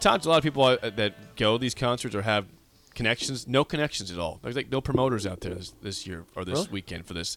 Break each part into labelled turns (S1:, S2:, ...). S1: talked to a lot of people uh, that go to these concerts or have connections. No connections at all. There's like no promoters out there this, this year or this
S2: Really?
S1: weekend for this.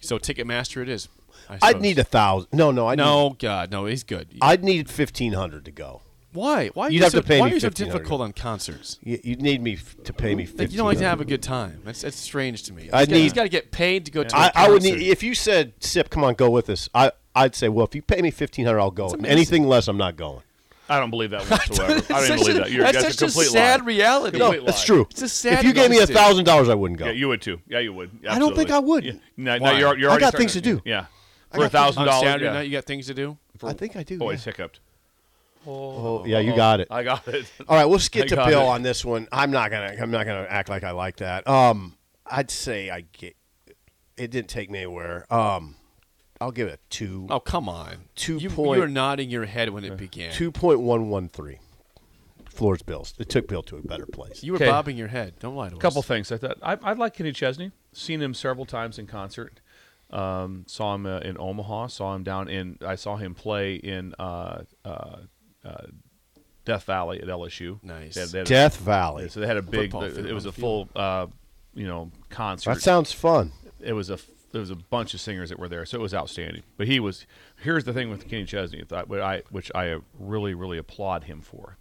S1: So Ticketmaster, it is. I
S2: I'd
S1: suppose.
S2: need a thousand. No, no, I Need,
S1: No, God, no, he's good.
S2: I'd need fifteen hundred to go.
S1: why? Why? are
S2: You'd
S1: you
S2: have
S1: so,
S2: to pay
S1: Why
S2: me
S1: are you so
S2: 1500.
S1: difficult on concerts?
S2: You, you'd need me f- to pay me. 1500
S1: Like you don't like to have a good time. That's, that's strange to me.
S2: I
S1: He's gotta- he's
S2: need-
S1: got to get paid to go to. a
S2: I, I would
S1: concert.
S2: need if you said sip. Come on, go with us. I I'd say well if you pay me fifteen hundred I'll go.
S1: amazing.
S2: Anything less I'm not going.
S3: I don't believe that whatsoever. I
S1: That's
S3: don't even
S1: such
S3: believe
S1: a-
S3: that. You're,
S1: that's
S3: that's a
S1: such a
S3: complete
S1: sad
S3: lie.
S1: reality.
S2: No,
S3: Complete
S2: that's
S3: lie.
S2: true.
S1: It's a sad
S2: if you gave me a
S1: message.
S2: thousand dollars I wouldn't go.
S3: Yeah, you would too. Yeah, you would.
S2: I don't think
S3: Absolutely.
S2: I would.
S3: Yeah. No, no,
S1: Why?
S3: you're, you're
S2: I
S3: already
S2: got things
S3: starting-
S2: to do.
S3: Yeah, for
S2: got
S3: a thousand
S1: on
S3: dollars.
S1: Saturday
S3: Yeah.
S1: night. You got things to do.
S2: I think I do.
S3: Boy,
S2: yeah.
S3: it's hiccuped.
S2: Oh, yeah, you got it.
S3: I got it.
S1: Oh,
S2: All right, we'll skip
S3: I
S2: to
S3: got
S2: Bill
S3: it.
S2: on this one. I'm not gonna. I'm not gonna act like I like that. Um, I'd say I get. It didn't take me anywhere. Um, I'll give it a two.
S1: Oh come on.
S2: Two
S1: you,
S2: point-
S1: You were nodding your head when it began.
S2: Two point one one three. Floors Bills. It took Bill to a better place.
S1: You were
S3: Okay.
S1: bobbing your head. Don't lie to us.
S3: couple things. I thought I, I like Kenny Chesney. Seen him several times in concert. Um, saw him uh, in Omaha. Saw him down in. I saw him play in uh, uh, uh, Death Valley at LSU.
S1: Nice.
S3: They had- they had a-
S2: Death Valley.
S3: so they had a big.
S1: Football field
S3: It was
S1: on
S3: a
S1: the field.
S3: full. Uh, you know, concert.
S2: That sounds fun.
S3: it was a f- there was a bunch of singers that were there, so it was outstanding. But he was here's the thing with Kenny Chesney, that what I which I really really applaud him for,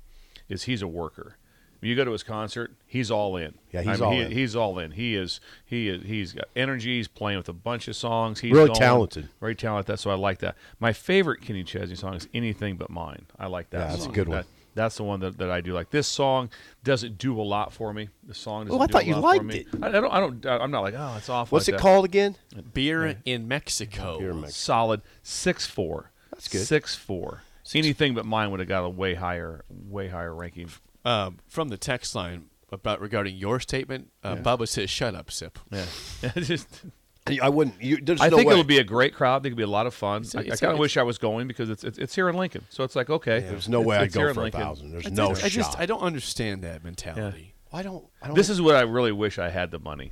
S3: is he's a worker. When you go to his concert, he's all in.
S2: Yeah,
S3: I
S2: he's
S3: mean,
S2: all
S3: he-
S2: in.
S3: He's all in. He is. He is. He's got energy. He's playing with a bunch of songs. He's
S2: Really
S3: going.
S2: talented.
S3: Very talented. That's why I like that. My favorite Kenny Chesney song is "Anything But Mine." I like that.
S2: Yeah, that's a
S3: song.
S2: good one.
S3: That- that's the one that, that I do like. This song doesn't do a lot for me. The song doesn't
S2: Oh, I
S3: do
S2: thought
S3: a
S2: you
S3: lot for
S2: liked
S3: me.
S2: it.
S3: I, I don't. I don't. I'm not like oh, it's awful.
S2: What's
S3: like
S2: it
S3: that
S2: called again?
S1: Beer in Mexico.
S3: solid six four. That's
S2: good.
S3: Six four. Anything but mine would have got a way higher, way higher ranking.
S1: Um, from the text line about regarding your statement, uh, Bubba says, "Shut up, sip."
S3: Yeah, just.
S2: I wouldn't. You, there's
S3: I
S2: no
S3: think
S2: way.
S3: it'll be a great crowd. They could be a lot of fun. I,
S1: it's-
S3: kind of
S1: it's-
S3: wish I was going because it's, it's it's here in Lincoln, so it's like okay.
S2: There's no
S3: it's-
S2: way I'd
S3: it's here
S2: go
S3: in
S2: for a
S3: Lincoln.
S2: thousand. There's
S1: I
S2: no
S1: just,
S2: shot.
S1: I just I don't understand that mentality.
S2: Why don't? I don't.
S3: This is what I really wish I had the money,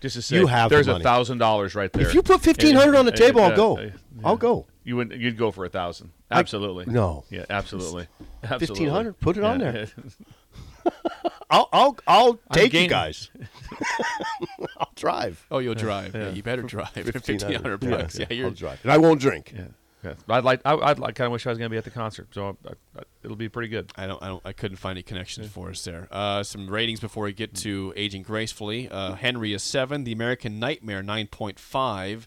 S3: just to say
S2: You have the
S3: there's a
S2: money.
S3: thousand dollars right there.
S2: If you put
S3: And-
S2: fifteen hundred on the
S3: and-
S2: table,
S3: uh,
S2: I'll go.
S3: uh,
S2: I'll go.
S3: You would you'd go for a thousand. Absolutely.
S2: no.
S3: Yeah, absolutely. Absolutely.
S2: 1500 put it on
S3: Yeah.
S2: there I'll I'll I'll take you
S3: gaining-
S2: guys. I'll drive.
S1: Oh, you'll drive. Yeah, you better drive. Fifteen hundred bucks. Yeah, you're
S2: I'll drive, and I won't drink.
S3: Yeah. yeah. But I'd like. I, I'd like. Kind of wish I was going to be at the concert. So I, I, it'll be pretty good.
S1: I don't, I don't, I couldn't find any connections for us there. Uh, some ratings before we get to aging gracefully. Uh, Henry is seven. The American Nightmare nine point five.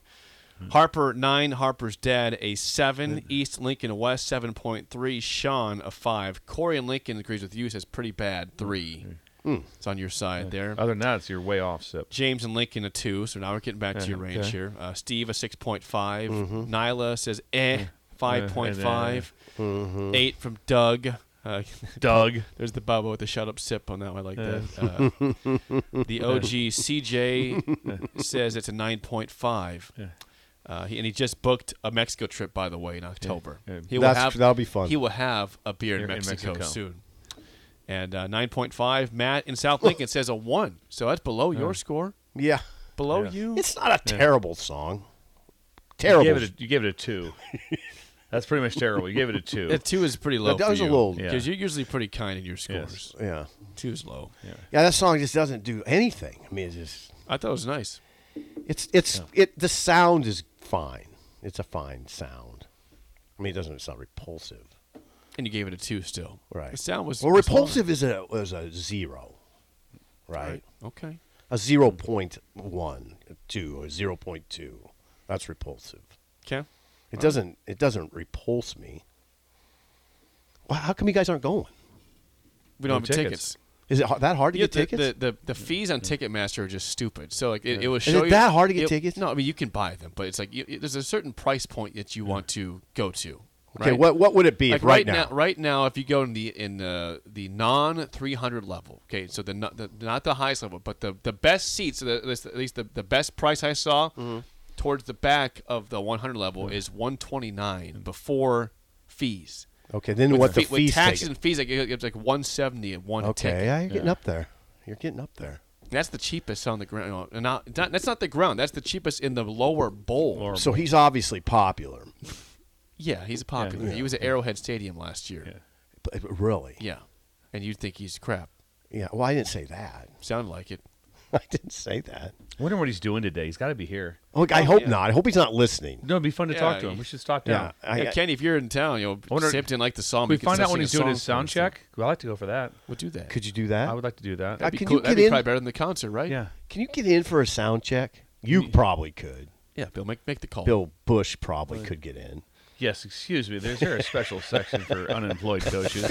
S1: Harper nine. Harper's Dad a seven. East Lincoln West seven point three. Sean a five. Corey and Lincoln agrees with you. Says pretty bad three. It's on your side there.
S3: Other than that, it's your way off sip.
S1: James and Lincoln a two. So now we're getting back to your range here. Uh, Steve a six Nyla says eh five point five. Eight from Doug. Uh,
S3: Doug.
S1: There's the Bubba with the shut up sip on that one. I like that. Uh, the OG CJ says it's a 9.5. Uh, he, and he just booked a Mexico trip, by the way, in October.
S3: Yeah.
S1: He
S2: That's- that'll be fun.
S1: He will have a beer in
S3: Beer in
S1: Mexico,
S3: Mexico.
S1: soon. And uh, 9.5. Matt in South Lincoln says a 1. So that's below your score.
S2: Yeah,
S1: Below you.
S2: it's not a terrible song.
S3: You
S2: Terrible.
S3: gave, it a, you gave it a two. That's pretty much terrible. You gave it a two.
S1: That 2 is pretty low.
S2: That was
S1: for
S2: a
S1: you,
S2: little-
S3: Yeah.
S1: Because you're usually pretty kind in your scores.
S2: yeah,
S1: 2 is low.
S2: yeah. That song just doesn't do anything. I mean, it's just
S1: I thought it was nice.
S2: it's it's it. The sound is fine. It's a fine sound. I mean, it doesn't. It's not repulsive.
S1: And you gave it a 2 still.
S2: Right.
S1: The sound was.
S2: Well,
S1: was fine.
S2: repulsive is a is a zero,
S1: All
S2: right?
S1: right. Okay.
S2: A zero point one, two, or zero point two. That's repulsive.
S1: Okay.
S2: It doesn't. It doesn't repulse me. Well, how come you guys aren't going?
S1: We don't
S3: No
S1: have tickets.
S3: tickets.
S2: Is it har- that hard to
S1: Yeah,
S2: get tickets?
S1: The, the, the, the fees on Ticketmaster are just stupid. So like it, it will
S2: it
S1: show you
S2: that hard to get
S1: it-
S2: tickets?
S1: No, I mean you can buy them, but it's like you, it- there's a certain price point that you want to go to.
S2: okay,
S1: right?
S2: what what would it be
S1: Like
S2: if right, now?
S1: Right now, if you go in the in the the non 300 level, okay, so the, no- the not the highest level, but the the best seats, the, this- at least the, the best price I saw
S2: Mm-hmm.
S1: towards the back of the 100 level is 129 before fees.
S2: okay, then what the
S1: Fee- with
S2: fees?
S1: taxes
S2: taken.
S1: and fees, like, it- it's like 170 and one
S2: okay,
S1: ticket.
S2: yeah, you're getting up there. You're getting up there.
S1: That's the cheapest on the ground. No, Not, not- that's not the ground. That's the cheapest in the lower bowl.
S3: Or-
S2: So he's obviously popular,
S1: yeah, he's popular. He was at Arrowhead Stadium last year.
S2: But- Really?
S1: Yeah. And you'd think he's crap.
S2: Yeah. Well, I didn't say that.
S1: Sounded like it.
S2: I didn't say that.
S3: Wondering what he's doing today. He's got to be here.
S2: Look, I hope
S1: yeah.
S2: not. I hope he's not listening.
S3: No, it'd be fun to
S1: Yeah,
S3: talk to him.
S1: you-
S3: We should stop
S2: Yeah.
S3: down.
S2: I,
S1: yeah, Kenny, if you're in town, you know,
S3: wonder-
S1: Sipton like the song.
S3: Can we
S1: because
S3: find
S1: I
S3: out when
S1: sing
S3: he's
S1: a
S3: doing
S1: song
S3: his sound
S1: for him, so
S3: check. Well, I like to go for that.
S1: We'll do that.
S2: could you do that?
S3: I would like to do that.
S2: I-
S1: That'd be
S2: can
S1: cool.
S2: you
S1: That'd
S2: get
S1: be
S2: in?
S1: probably better than the concert, right?
S3: yeah.
S2: Can you get in for a sound check? You probably could.
S1: Yeah, Bill, make make the call.
S2: Bill Bush probably could get in.
S3: Yes, excuse me. There's there a special section for unemployed coaches.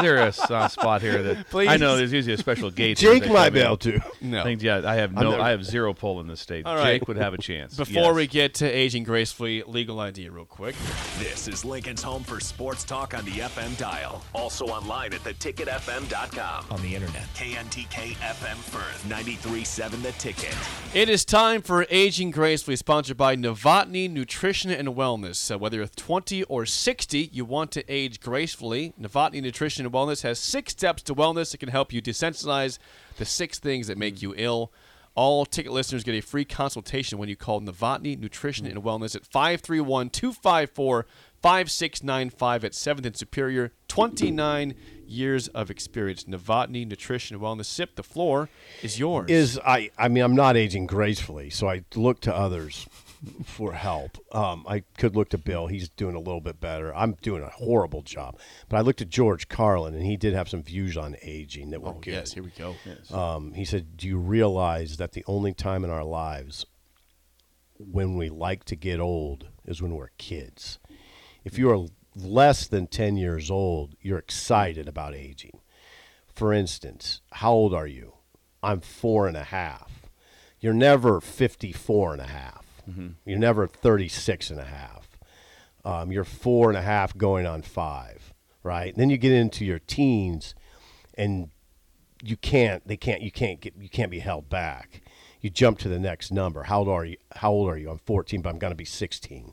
S3: there is a soft spot here that I know.
S1: Please.
S3: There's usually a special gate. here
S2: Jake
S3: that
S2: might
S3: come
S2: be
S3: in.
S2: able to.
S1: no.
S3: I think yeah. I have no.
S2: never-
S3: I have zero pull in this state.
S1: All right.
S3: Jake would have a chance.
S1: Before
S3: Yes.
S1: we get to aging gracefully, legal idea real quick.
S4: This is Lincoln's home for sports talk on the FM dial. Also online at theticketfm.com. On the internet. KNTK FM Firth, 93.7 The Ticket.
S1: It is time for Aging Gracefully, sponsored by Novotny Nutrition and Wellness. So whether you're 20 or 60, you want to age gracefully. Novotny Nutrition and Wellness has six steps to wellness that can help you desensitize the six things that make you ill. All ticket listeners get a free consultation when you call Novotny Nutrition and Wellness at 531 254 5695 at 7th and Superior. 29 years of experience. Novotny Nutrition and Wellness. Sip, the floor is yours.
S2: Is I? I mean, I'm not aging gracefully, so I look to others for help. Um, I could look to Bill; he's doing a little bit better. I'm doing a horrible job, but I looked to George Carlin, and he did have some views on aging that were
S1: Oh,
S2: good.
S1: yes, here we go.
S2: Um, he said, "Do you realize that the only time in our lives when we like to get old is when we're kids? If you are less than ten years old, you're excited about aging. For instance, how old are you? I'm four and a half. You're never 54 and a half. You're never 36 and a half. Um, you're four and a half going on five, right? Then you get into your teens and you can't they can't you can't get you can't be held back you jump to the next number how old are you how old are you i'm 14 but i'm going to be 16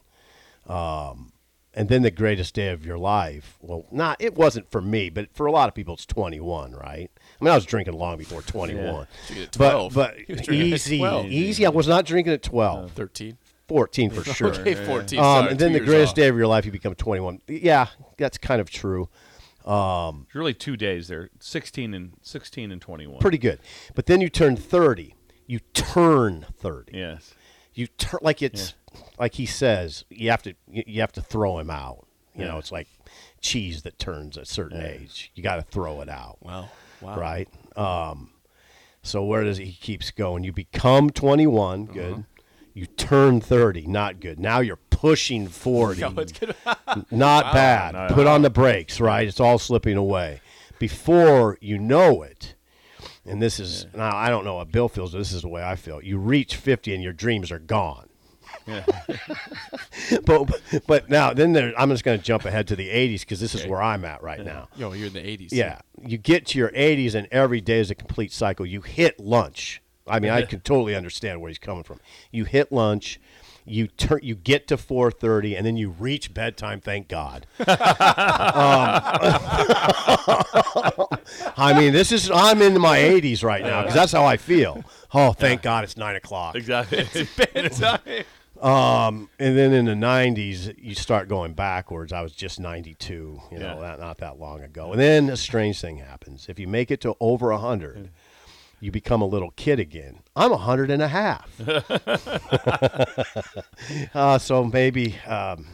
S2: um, and then the greatest day of your life well not it wasn't for me but for a lot of people it's 21 right i mean i was drinking long before 21
S1: Drinking at
S2: but
S1: 12.
S2: but
S1: He was drinking at
S2: easy
S1: 12.
S2: easy i was not drinking at 12
S1: 13.
S2: 14 for sure
S1: Okay, 14.
S2: um,
S1: sorry,
S2: and then
S1: two
S2: the
S1: years
S2: greatest
S1: off.
S2: day of your life you become 21 yeah that's kind of true
S3: There's really two days there, 16 and 16 and 21.
S2: pretty good. But then you turn 30. You turn 30.
S3: Yes.
S2: You turn like it's like he says, you have to you you have to throw him out. You know,
S3: Yeah.
S2: it's like cheese that turns a certain age. You got to throw it out.
S1: Wow. Wow.
S2: Right? Um so where does it, he keeps going? You become 21,
S1: Uh-huh.
S2: good. You turn 30, not good. Now you're pushing 40
S1: No, it's good.
S2: not bad.
S3: No,
S2: Put on the brakes, right? It's all slipping away. Before you know it, and this is now I don't know what Bill feels. This is the way I feel. You reach fifty and your dreams are gone.
S3: Yeah.
S2: but but now then there, I'm just going to jump ahead to the '80s because this is where I'm at right now.
S1: Yo, you're in the 80s.
S2: Yeah, you get to your 80s, and every day is a complete cycle. You hit lunch. I mean, I can totally understand where he's coming from. You hit lunch, you turn, you get to 4:30, and then you reach bedtime. Thank God. um, I mean, this is I'm in my 80s right now because that's how I feel. Oh, thank God it's nine o'clock.
S3: Exactly.
S2: And then in the '90s, you start going backwards. I was just 92, you know,
S3: Yeah.
S2: that, not that long ago. And then a strange thing happens. If you make it to over
S3: Hmm.
S2: 100, you become a little kid again. I'm 100 and a half. uh, so maybe, um,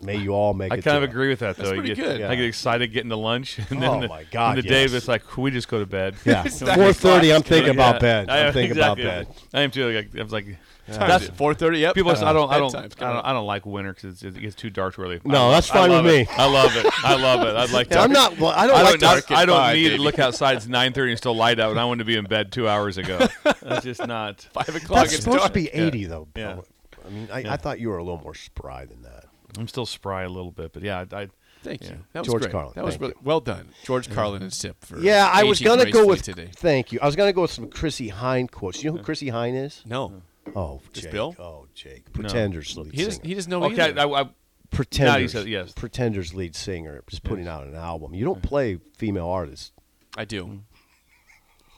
S2: may you all make
S3: I
S2: it.
S3: kind of
S2: to-
S3: agree with that though.
S1: pretty
S3: you get,
S1: good.
S3: I get excited getting to lunch, and then
S2: Oh,
S3: the,
S2: my God,
S3: and the day
S2: yes.
S3: that's like, can we just go to bed?
S2: Yeah, 4:30. I'm thinking about bed. I'm thinking about bed.
S3: I am too. Like, I was like,
S1: That's
S3: that's
S1: 4:30. Yep.
S3: people. I don't. I don't. I
S1: Bedtime's
S3: don't,
S1: coming up.
S3: I don't like winter because it gets too dark too early.
S2: No,
S3: I-
S2: that's
S3: I
S2: fine with
S3: love it.
S2: me.
S3: I love it. I love it. I'd like.
S2: Yeah,
S3: to-
S2: I'm not. Well, I don't
S3: I
S2: like
S3: don't,
S2: dark.
S3: I don't
S1: five,
S3: need
S1: baby.
S3: to look outside. It's 9:30 and still light out, and I wanted to be in bed two hours ago. That's just not.
S1: Five o'clock.
S2: That's
S1: It's
S2: supposed
S1: dark.
S2: to be 80 though.
S3: Yeah.
S2: Bill. I mean, I, I thought you were a little more spry than that.
S3: I'm still spry a little bit, but yeah, I. I
S1: Thank you.
S3: Yeah.
S1: That was
S2: George
S1: great.
S2: Carlin,
S1: That was
S2: thank
S1: really well done, George Carlin and Sip. For
S2: Yeah, I was
S1: aging
S2: gonna go
S1: gracefully
S2: with.
S1: today.
S2: Thank you. I was gonna go with some Chrissy Hine quotes. You know who Chrissy Hine is?
S1: No,
S2: Oh, Jake.
S1: Bill?
S2: Oh, Jake. Pretenders lead
S1: he doesn't.
S2: singer.
S1: He doesn't know
S3: okay,
S1: either.
S3: I, I,
S2: Pretenders.
S3: said yes.
S2: Pretenders lead singer is putting out an album. You don't play female artists.
S1: I do.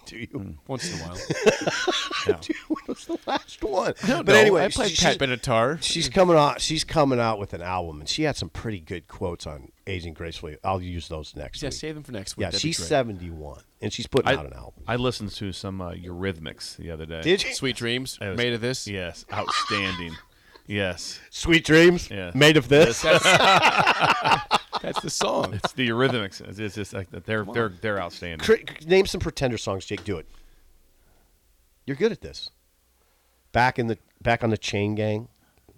S2: Do you?
S1: Once in a while.
S2: when was the last one? But
S1: No,
S2: anyway,
S1: I played
S2: she-
S1: Pat Benatar.
S2: She's coming out. She's coming out with an album, and she had some pretty good quotes on aging gracefully. I'll use those next
S1: Yeah,
S2: week.
S1: save them for next week.
S2: yeah,
S1: That'd be
S2: she's
S1: great.
S2: seventy-one, and she's putting out an album.
S3: I listened to some uh, Eurythmics the other day.
S2: Did she?
S1: Sweet dreams
S3: That was-
S1: made of this.
S3: Yes, outstanding. yes,
S2: Sweet dreams
S3: Yeah.
S2: made of this.
S1: That's the song.
S3: it's the Eurythmics. It's- It's just like that. They're they're they're outstanding.
S2: Cr- name some pretender songs, Jake. Do it. You're good at this. Back in the back on the chain gang.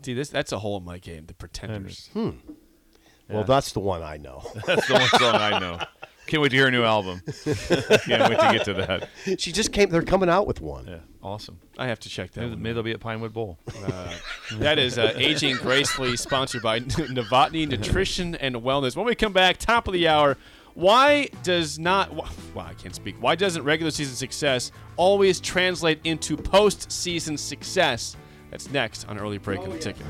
S1: See, this that's a hole in my game. The Pretenders.
S2: Well, that's the one I know.
S3: That's the one song I know. Can't wait to hear a new album. Can't wait to get to that.
S2: she just came. They're coming out with one.
S3: Yeah, awesome.
S1: I have to check that.
S3: Maybe,
S1: one.
S3: maybe they'll be at Pinewood Bowl.
S1: Uh, that is uh, Aging Gracefully, sponsored by Novotny Nutrition and Wellness. When we come back, top of the hour, why does not, wh- wow, I can't speak. Why doesn't regular season success always translate into postseason success? That's next on Early Break in the Ticket.